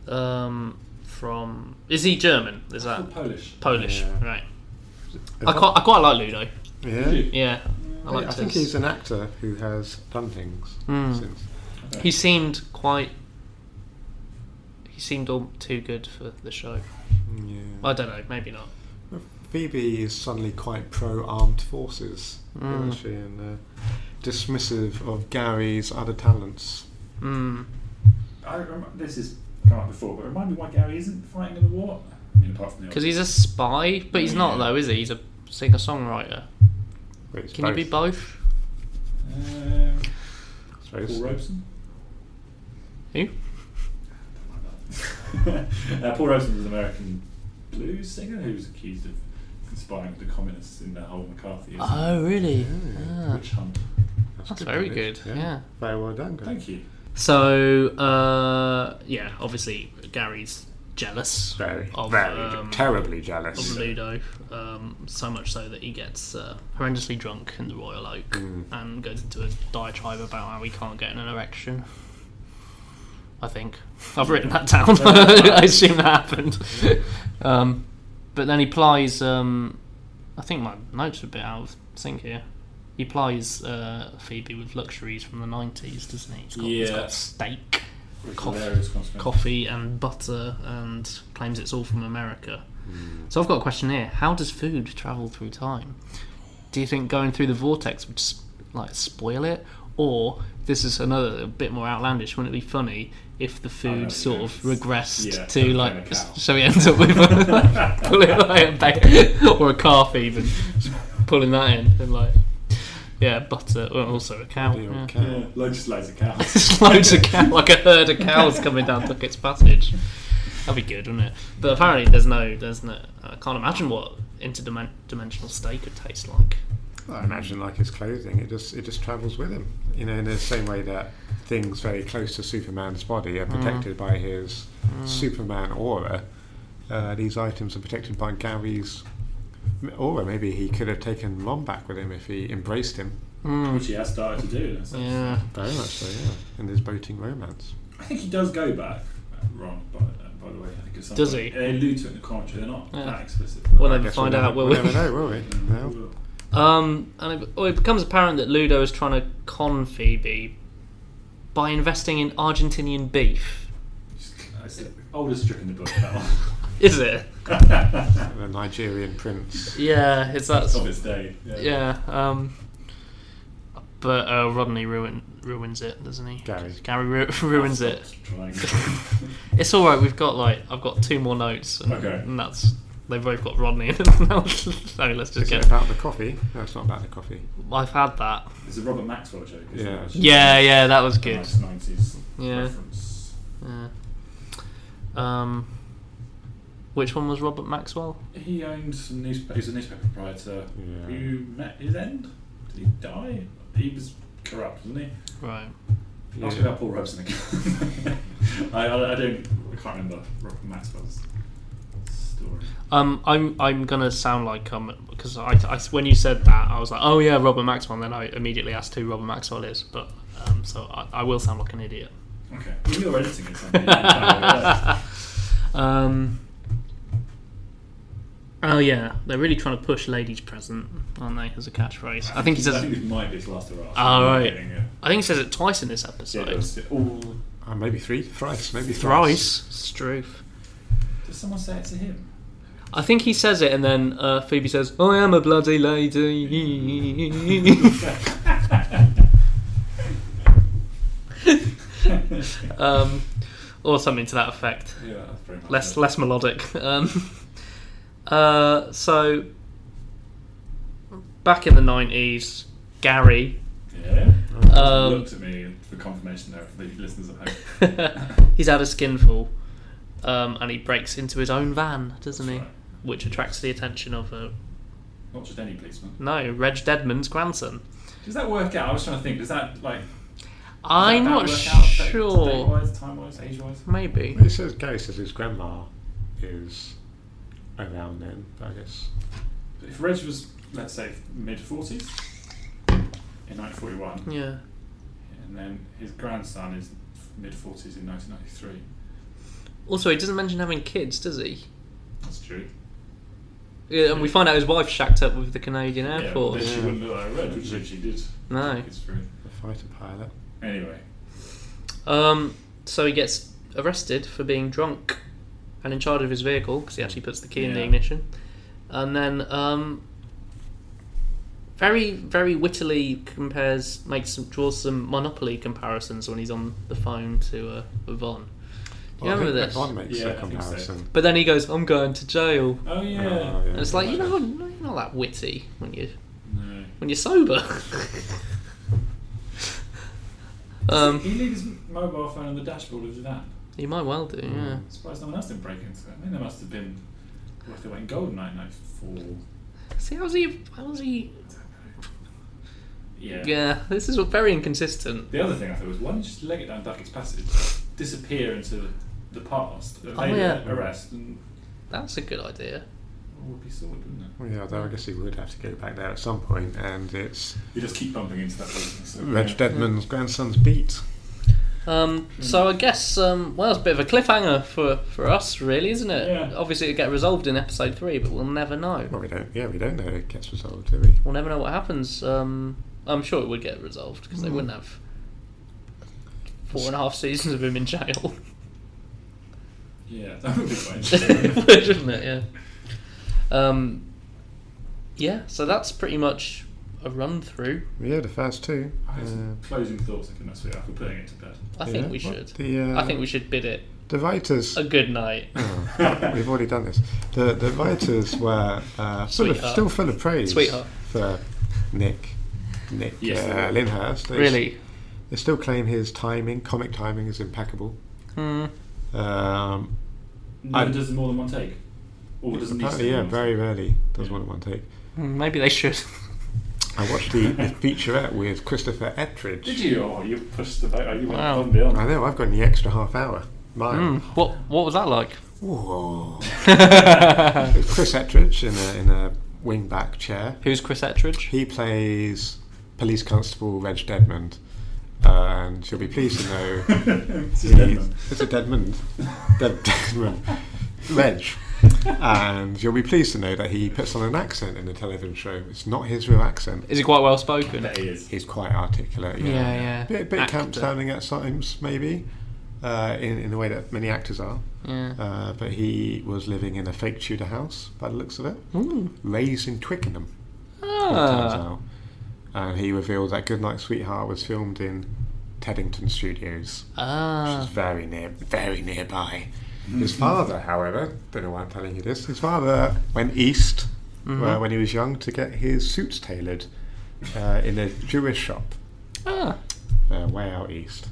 Um, from is he German? Is
Or
that
Polish.
Polish?
Yeah.
Right. I quite, I quite like Ludo.
Yeah.
You?
Yeah, I
I
like.
think
his-
he's an actor who has done things
Hmm.
since. uh,
He seemed quite. He seemed all too good for the show.
Yeah.
I don't know. Maybe not.
Phoebe is suddenly quite pro armed forces,
Mm.
isn't she? And uh, dismissive of Gary's other talents.
Mm.
I remember, this has come up before, but remind me why Gary isn't fighting in the war. I mean, apart from the
Because he's a spy, but he's not
Yeah.
though, is he? He's a singer songwriter.
But it's
Can you be both?
Um,
I suppose.
Paul Robeson.
Who?
uh, Paul Robeson was an American blues singer who was accused of conspiring with the communists in the whole McCarthyism.
Oh, really?
Yeah.
Ah,
Witch hunt.
that's very
that is.
good. Yeah.
Very well done, Gary.
Thank you.
So uh, yeah, obviously Gary's jealous.
Very,
of,
very,
um,
terribly
Of
jealous.
Ludo, um, so much so that he gets uh, horrendously drunk in the Royal Oak
Mm.
and goes into a diatribe about how he can't get an erection. I think I've written that down. I assume that happened. um, but then he plies. Um, I think my notes are a bit out of sync here. He plies uh, Phoebe with luxuries from the nineties, doesn't he? He's got, he's
Yeah.
got steak
With
Cough.
hilarious consequences.
coffee and butter and claims it's all from America. So I've got a question here. How does food travel through time? Do you think going through the vortex would s- like spoil it? Or this is another a bit more outlandish. Wouldn't it be funny if the
know,
food
Oh, yeah,
sort of
it's-
regressed
yeah,
to
okay, a
like,
cow.
so he ends up with a, pulling like a bag or a calf even, just pulling that in and like, yeah, butter well, also a cow.
Bloody old
yeah.
cow.
Yeah, loads, just loads of cows.
There's loads of cow, like a herd of cows coming down Duckett's Passage. That'd be good, wouldn't it? But apparently, there's no, there's no. I can't imagine what interdimensional steak could taste like.
I imagine like his clothing, it just it just travels with him. You know, in the same way that things very close to Superman's body
Mm.
are protected by his Superman aura. Uh, these items are protected by Gary's m- aura. Maybe he could have taken Ron back with him if he embraced him.
Which he has started to do. in a sense.
Yeah.
Very much so, yeah. In his boating romance.
I think he does go back. uh, Wrong, by, uh, by the way. I think it's
Does
something-
he?
They allude to it in the commentary. They're not
Yeah.
that explicit.
Well,
I
then
guess
find
we'll never-
out, will we?
We'll never know, will we? No.
Well,
Um, and it, well, it becomes apparent that Ludo is trying to con Phoebe by investing in Argentinian beef.
just- It's the oldest trick in the book. That one.
Is it?
The Nigerian prince.
Yeah, it's that.
of its day. Yeah.
Yeah. Um, but uh, Rodney ruin, ruins it, doesn't he?
Gary.
Gary ru- ruins it.
Triangle.
It's all right. We've got like I've got two more notes, and,
Okay.
and that's they've both got Rodney in them now. so let's just
Is
get.
it about the coffee? No, it's not about the coffee.
I've had that.
It's a Robert Maxwell joke. Isn't
Yeah.
It? It's
Yeah, yeah, that was
a
good.
Nice nineties
Yeah.
reference.
Yeah. Um, which one was Robert Maxwell?
He owned some newspaper. He was a newspaper proprietor
Yeah.
who met his end. Did he die? He was corrupt, wasn't he?
Right.
Ask me about Paul Robeson again. I, I, I don't. I can't remember Robert Maxwell's story.
Um, I'm I'm gonna sound like um because I, I when you said that I was like oh yeah Robert Maxwell and then I immediately asked who Robert Maxwell is but um so I, I will sound like an idiot.
Okay, well, you're editing it. Something. yeah,
Um. Oh yeah, they're really trying to push "ladies present," aren't they? As a catchphrase, I think he
I
says.
think this might be his last hurrah.
Oh, right.
Yeah, yeah.
I think he says it twice in this
Yeah,
episode.
it was- oh,
Uh, maybe three, thrice, maybe
Thrice, Struve.
Did someone say it to him?
I think he says it, and then uh, Phoebe says, "I am a bloody lady." um, or something to that effect.
Yeah, that's very much
less
it.
less melodic. Um, uh, so back in the nineties, Gary.
Yeah.
Um,
Looked at me for confirmation there for the listeners at home.
he's had a skinful, um, and he breaks into his own van, doesn't he?
That's right.
Which attracts the attention of uh,
Not just any policeman.
no Reg Deadman's grandson.
Does that work out? I was trying to think. Does that like? does
I'm
that
not
work out date-
sure.
Date-wise, time-wise, age-wise.
Maybe.
It says Gary says his grandma is around then, I guess.
If Reg was, let's say, mid 40s in 1941,
Yeah.
and then his grandson is mid 40s in 1993,
Also, he doesn't mention having kids, does he?
that's true.
Yeah, and we find out his wife shacked up with the Canadian Air
yeah,
Force.
Then she
Yeah.
wouldn't look like Reg, which she did.
No.
It's true.
A fighter pilot.
Anyway,
Um, so he gets arrested for being drunk and in charge of his vehicle because he actually puts the key in the
Yeah.
ignition. And then, um, very, very wittily compares, makes some, draws some Monopoly comparisons when he's on the phone to uh, Yvonne. Do you
Well, I
remember
think
this?
Bond makes
Yeah, I
a
think so.
comparison.
But then he goes, I'm going to jail.
oh yeah.
Oh, yeah.
And it's like, you know,
No.
you're not that witty when you when you're sober.
Um, he
um,
leave his mobile phone on the dashboard of the van.
you might well do, yeah.
I'm surprised no one else didn't break into it. I mean, there must have been. What if they went in gold in 1994?
See, how's he? How's he?
Yeah.
Yeah, this is very inconsistent.
The other thing I thought was, why don't you just leg it down Duckett's Passage, disappear into the past, evade
yeah.
arrest, and
That's a good idea.
all would be sorted, wouldn't it?
Well, yeah, though I guess he would have to go back there at some point, and it's
You just keep bumping into that business. so-
Reg
yeah.
Deadman's grandson's beat.
Um, so I guess um, well, it's a bit of a cliffhanger for for us, really, isn't it?
Yeah.
Obviously, it'll get resolved in episode three, but we'll never know.
Well, we don't. Yeah, we don't know it gets resolved, do we?
We'll never
Hmm.
know what happens. Um, I'm sure it would get resolved because they wouldn't have
four and a half seasons of him in jail.
Yeah, that would be quite interesting.
Shouldn't it? Yeah. Um, yeah. So that's pretty much a run through.
Yeah, the first two.
I have some
Um,
closing thoughts I can mess with after putting it to bed.
I think
yeah,
we
well,
should.
The, uh,
I think we should bid it
The writers.
a good night.
Oh, we've already done this. The the writers were uh, full of,
Sweetheart.
still full of praise
Sweetheart.
for Nick Nick
Yes, they
uh,
were.
Lyndhurst. They,
Really.
they still claim his timing, comic timing, is impeccable.
Hmm.
Um,
No,
I-
it does more than one take. Or doesn't need to
apparently,
do
yeah,
more.
very rarely does
Yeah.
one in one take.
Hmm, Maybe they should.
I watched the, the featurette with Christopher Ettridge.
Did you? Oh, you pushed the boat. Oh, you went
Wow.
above and beyond.
I know. I've got the extra half hour.
Hmm.
Mine.
What What was that like?
Whoa. Chris E- Ettridge in a in a wing back chair.
Who's Chris Ettridge?
He plays police constable Reg Dedmond, and you'll be pleased to know
It's just
he's-
Edmund.
it's a Dedmond, Ded- Dedmond, Reg, and you'll be pleased to know that he puts on an accent in the television show. It's not his real accent.
Is he quite well spoken?
There he is.
He's quite articulate. Yeah,
Yeah, yeah.
Bit, bit camp
Actor.
sounding at times, maybe, uh, in in the way that many actors are.
Yeah.
Uh, but he was living in a fake Tudor house, by the looks of it,
Ooh.
raised in Twickenham. it turns
Hmm. Ah.
out. And he revealed that Goodnight Sweetheart was filmed in Teddington Studios, which is
Ah.
very near, very nearby. His father, however, don't know why I'm telling you this. His father went east
Mm-hmm.
uh, when he was young to get his suits tailored uh, in a Jewish shop
Ah.
uh, way out east.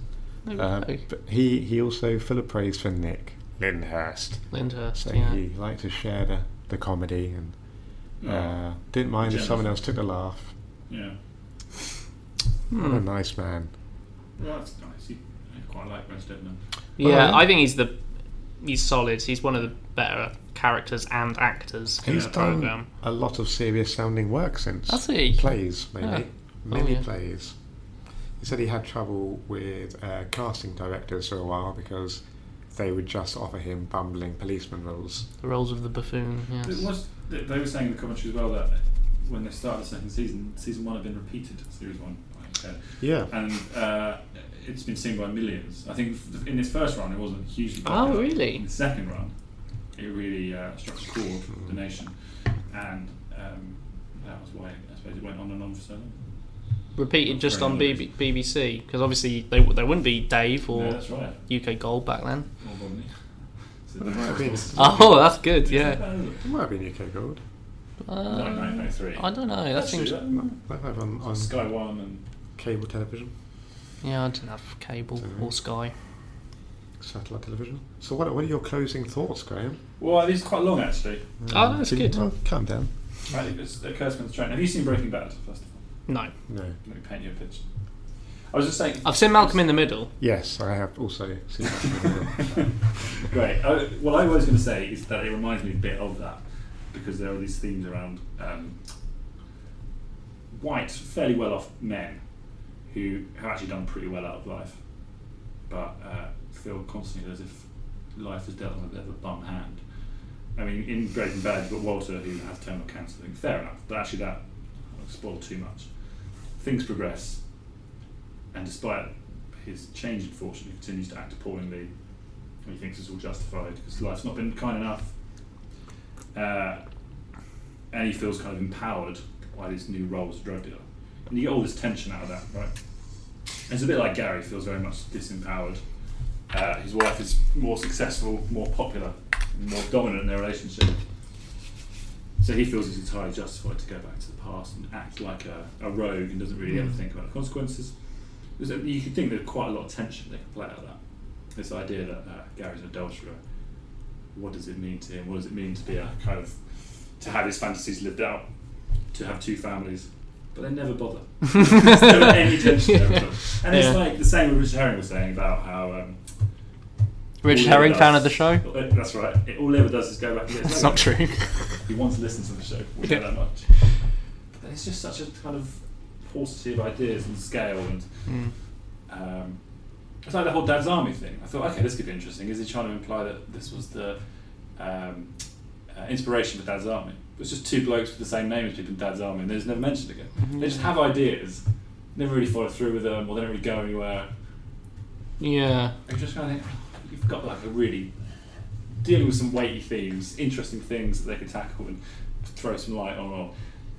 Uh,
Mm, Okay.
but he he also full of praise for Nick Lyndhurst,
Lyndhurst,
saying
yeah.
he liked to share the, the comedy and
Oh,
uh, didn't mind if
Generous.
someone else took the laugh.
yeah.
Mm.
What a nice man.
Well, that's nice. You- I quite like Reg Edmund.
Yeah,
Alright.
I think he's the he's solid. He's one of the better characters and actors in
He's
the
done
program.
a lot of serious sounding work since.
Has he?
Plays, maybe.
Yeah.
Many
yeah.
plays. He said he had trouble with uh, casting directors for a while because they would just offer him bumbling policeman roles.
The roles of the buffoon. Yes.
It was, they they were saying in the commentary as well that when they started the second season, season one had been repeated, series one. like, uh,
Yeah.
And uh, it's been seen by millions. I think th- in its first run, it wasn't hugely
Oh,
popular.
really?
In the second run, it really uh, struck a chord with the nation. And um, that was why I suppose it went on and on for so long.
Repeated just
Very
on
nice.
BB, BBC because obviously they there wouldn't be Dave or
No, that's right.
UK Gold back then.
More Romney. So the
I mean,
It's not
Oh, that's good. Yeah.
bad, is it?
it might have been UK Gold.
Like
Uh,
1903.
I don't know. That
That's
seems.
true, that-
Might have on, on
Sky One and
cable television,
Yeah, I didn't have cable
Dunno.
or Sky.
satellite television. So, what, what are your closing thoughts, Graham?
well, it's quite long actually.
Oh, that's
Do you-
good.
well, calm down.
I think it's a curse comes train. Have you seen Breaking Bad? First of all,
No,
No.
let me paint you a picture. I was just saying.
I've seen Malcolm in the Middle.
Yes, I have also seen that.
Great. I, uh, what I was going to say is that it reminds me a bit of that because there are these themes around um, white, fairly well-off men who have actually done pretty well out of life, but uh, feel constantly as if life is dealt them a bit of a bum hand. I mean, in Breaking Bad, but Walter, who has terminal cancer, I think fair enough. But actually, that I'll spoil too much. Things progress, and despite his change in fortune, he continues to act appallingly. And he thinks it's all justified because life's not been kind enough. Uh, and he feels kind of empowered by this new role as a drug dealer. And you get all this tension out of that, right? And it's a bit like Gary feels very much disempowered. Uh, his wife is more successful, more popular, and more dominant in their relationship. So he feels he's entirely justified to go back to the past and act like a, a rogue and doesn't really ever think about the consequences. There's a- you could think there's quite a lot of tension they could play out of that. This idea that uh, Gary's an adulterer. What does it mean to him? What does it mean to be a kind of to have his fantasies lived out, to have two families? But they never bother. There's never any tension there at all. And
Yeah.
it's like the same with Richard Herring was saying about how um,
Richard
all he ever
Herring,
does-
fan of the show.
Uh, That's right. It, all he ever does is go back. and get his
That's
leg
not
up.
true.
He wants to listen to the show. We know
Yeah.
that much. But it's just such a kind of paucity of ideas and scale, and
Mm.
um, it's like the whole Dad's Army thing. I thought, okay, this could be interesting. Is he trying to imply that this was the um, uh, inspiration for Dad's Army? But it's just two blokes with the same name as people in Dad's Army, and they're just never mentioned again.
Mm-hmm.
They just have ideas, never really follow through with them, or they don't really go anywhere.
Yeah.
I'm just trying to think. You've got like a really dealing with some weighty themes, interesting things that they could tackle and throw some light on, or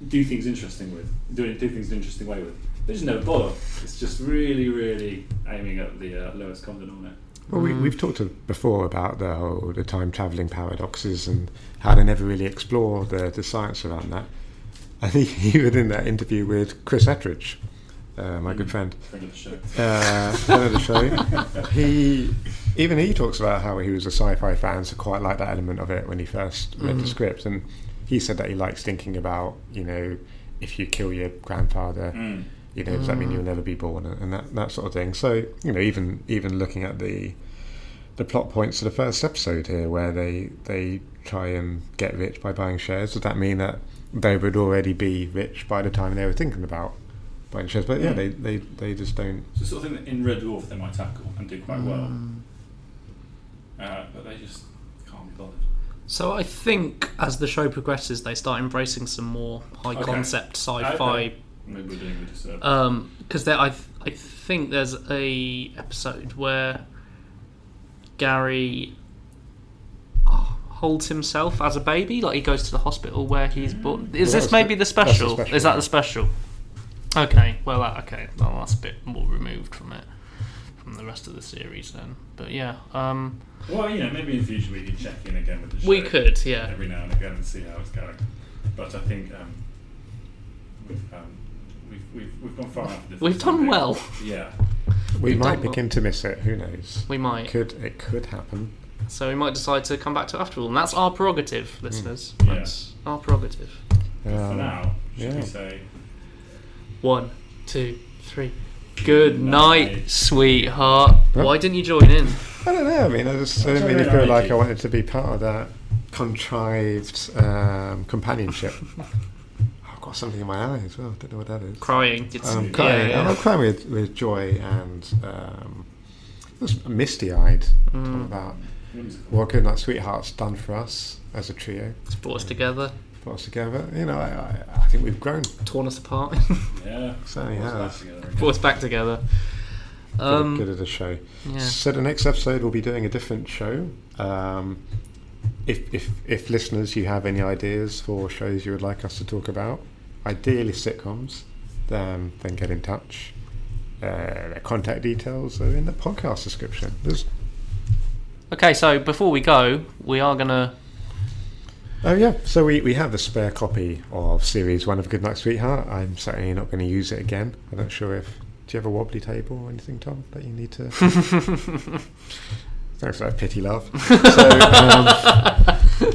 do things interesting with, do it, do things in an interesting way with. There's no bother. It's just really, really aiming at the uh, lowest common denominator.
Well, we, we've talked to- before about the whole, the time traveling paradoxes and how they never really explore the, the science around that. I think even in that interview with Chris Ettridge, uh, my
Mm.
good friend,
Friend of the show.
uh, friend of the show, he even he talks about how he was a sci-fi fan, so quite liked that element of it when he first read
Mm.
the script, and he said that he likes thinking about you know if you kill your grandfather,
Mm.
you know, does that mean you'll never be born and that, that sort of thing. So you know, even even looking at the the plot points of the first episode here, where they they try and get rich by buying shares, does that mean that they would already be rich by the time they were thinking about buying shares? But yeah,
Mm.
they, they they just don't.
It's the sort of thing that in Red Dwarf they might tackle and do quite well, uh, but they just can't be bothered.
So I think as the show progresses, they start embracing some more high
Okay.
concept sci-fi.
Okay. Uh, Maybe we're doing a disservice.
Because Um, there, I th- I think there's a episode where Gary oh, holds himself as a baby, like he goes to the hospital where he's born. Is
Well,
this
that's
maybe
the-
the
that's the
special?
special,
Is that
yeah.
the special? Okay, well, that- okay, well, that's a bit more removed from it, from the rest of the series then. But yeah, um,
well, you know, maybe in the future we could check in again with the show.
we could, yeah.
every now and again and see how it's going. But I think um, we've, um, we've, we've, we've gone far enough. with this
We've done
topic.
well.
Yeah.
We
We
might
don't-
begin to miss it. Who knows?
We might.
Could it could happen?
So we might decide to come back to it after all, and that's our prerogative,
Mm.
listeners.
Yeah.
That's our prerogative.
But for
Um,
now, should we
yeah.
say
One, two, three. Good night,
night.
sweetheart.
Huh?
Why didn't you join in?
I don't know. I mean, I just I didn't really feel like I wanted to be part of that contrived um, companionship. I've got something in my eye as well. Don't know what that is. Um,
Crying. It's,
I'm
Yeah,
crying.
yeah.
I'm crying with, with joy and um, just misty-eyed
Mm.
about
whimsical?
what good that sweetheart's done for us as a trio,
it's brought us together,
brought us together. You know, I, I, I think we've grown.
torn us apart,
Yeah.
Certainly
What's
has.
that together
brought
again?
us back together.
Good-
Um,
good at the show.
yeah.
So the next episode we'll be doing a different show. Um, if, if if listeners you have any ideas for shows you would like us to talk about, ideally sitcoms, then then get in touch. Uh, their contact details are in the podcast description. There's,
Okay, so before we go, we are gonna.
oh yeah, so we, we have a spare copy of series one of Good Night Sweetheart. I'm certainly not going to use it again. I'm not sure if do you have a wobbly table or anything, Tom, that you need to. Thanks for that pity love. So, um,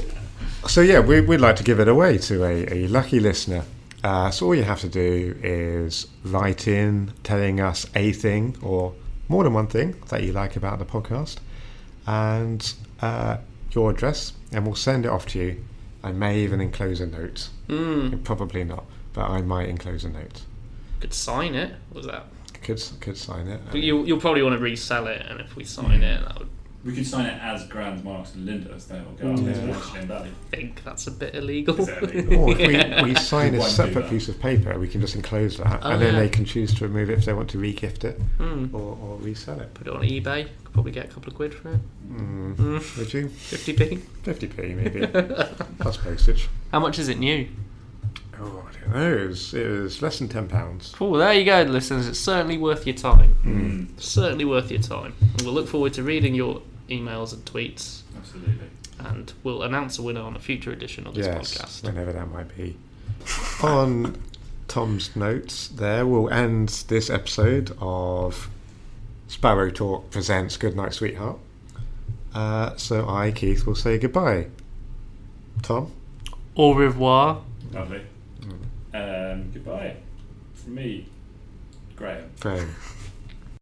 so yeah, we, we'd like to give it away to a, a lucky listener. Uh, so all you have to do is write in telling us a thing or more than one thing that you like about the podcast and uh, your address, and we'll send it off to you. I may even enclose a note.
Mm,
Probably not, but I might enclose a note.
could sign it. What was that?
Could could sign it.
But you, you'll probably want to resell it, and if we sign it, that would
We could sign it as Grand Marks and Linda, so that will go up
Yeah.
as Washington Valley.
think that's a bit illegal.
Is that illegal?
Or Oh, if
Yeah.
we, we sign a
Won't do
separate
that.
piece of paper, we can just enclose that,
Oh,
and then
yeah.
they can choose to remove it if they want to re-gift it
Mm.
or, or resell it.
Put it on eBay. Could probably get a couple of quid for it.
Mm.
Mm.
Would you?
50p.
50p maybe, plus postage.
How much is it new?
Oh, I don't know. It was, it was less than ten pounds.
Cool. There you go, listeners. It's certainly worth your time.
Mm,
Certainly worth your time. And We'll look forward to reading your emails and tweets,
absolutely.
and we'll announce a winner on a future edition of this
yes,
podcast.
whenever that might be. On Tom's notes, there we'll end this episode of Sparrow Talk presents Good Night, Sweetheart. Uh, so I, Keith, will say goodbye. Tom.
Au revoir.
Mm.
Lovely. Um, goodbye. From me, Graham.
Graham.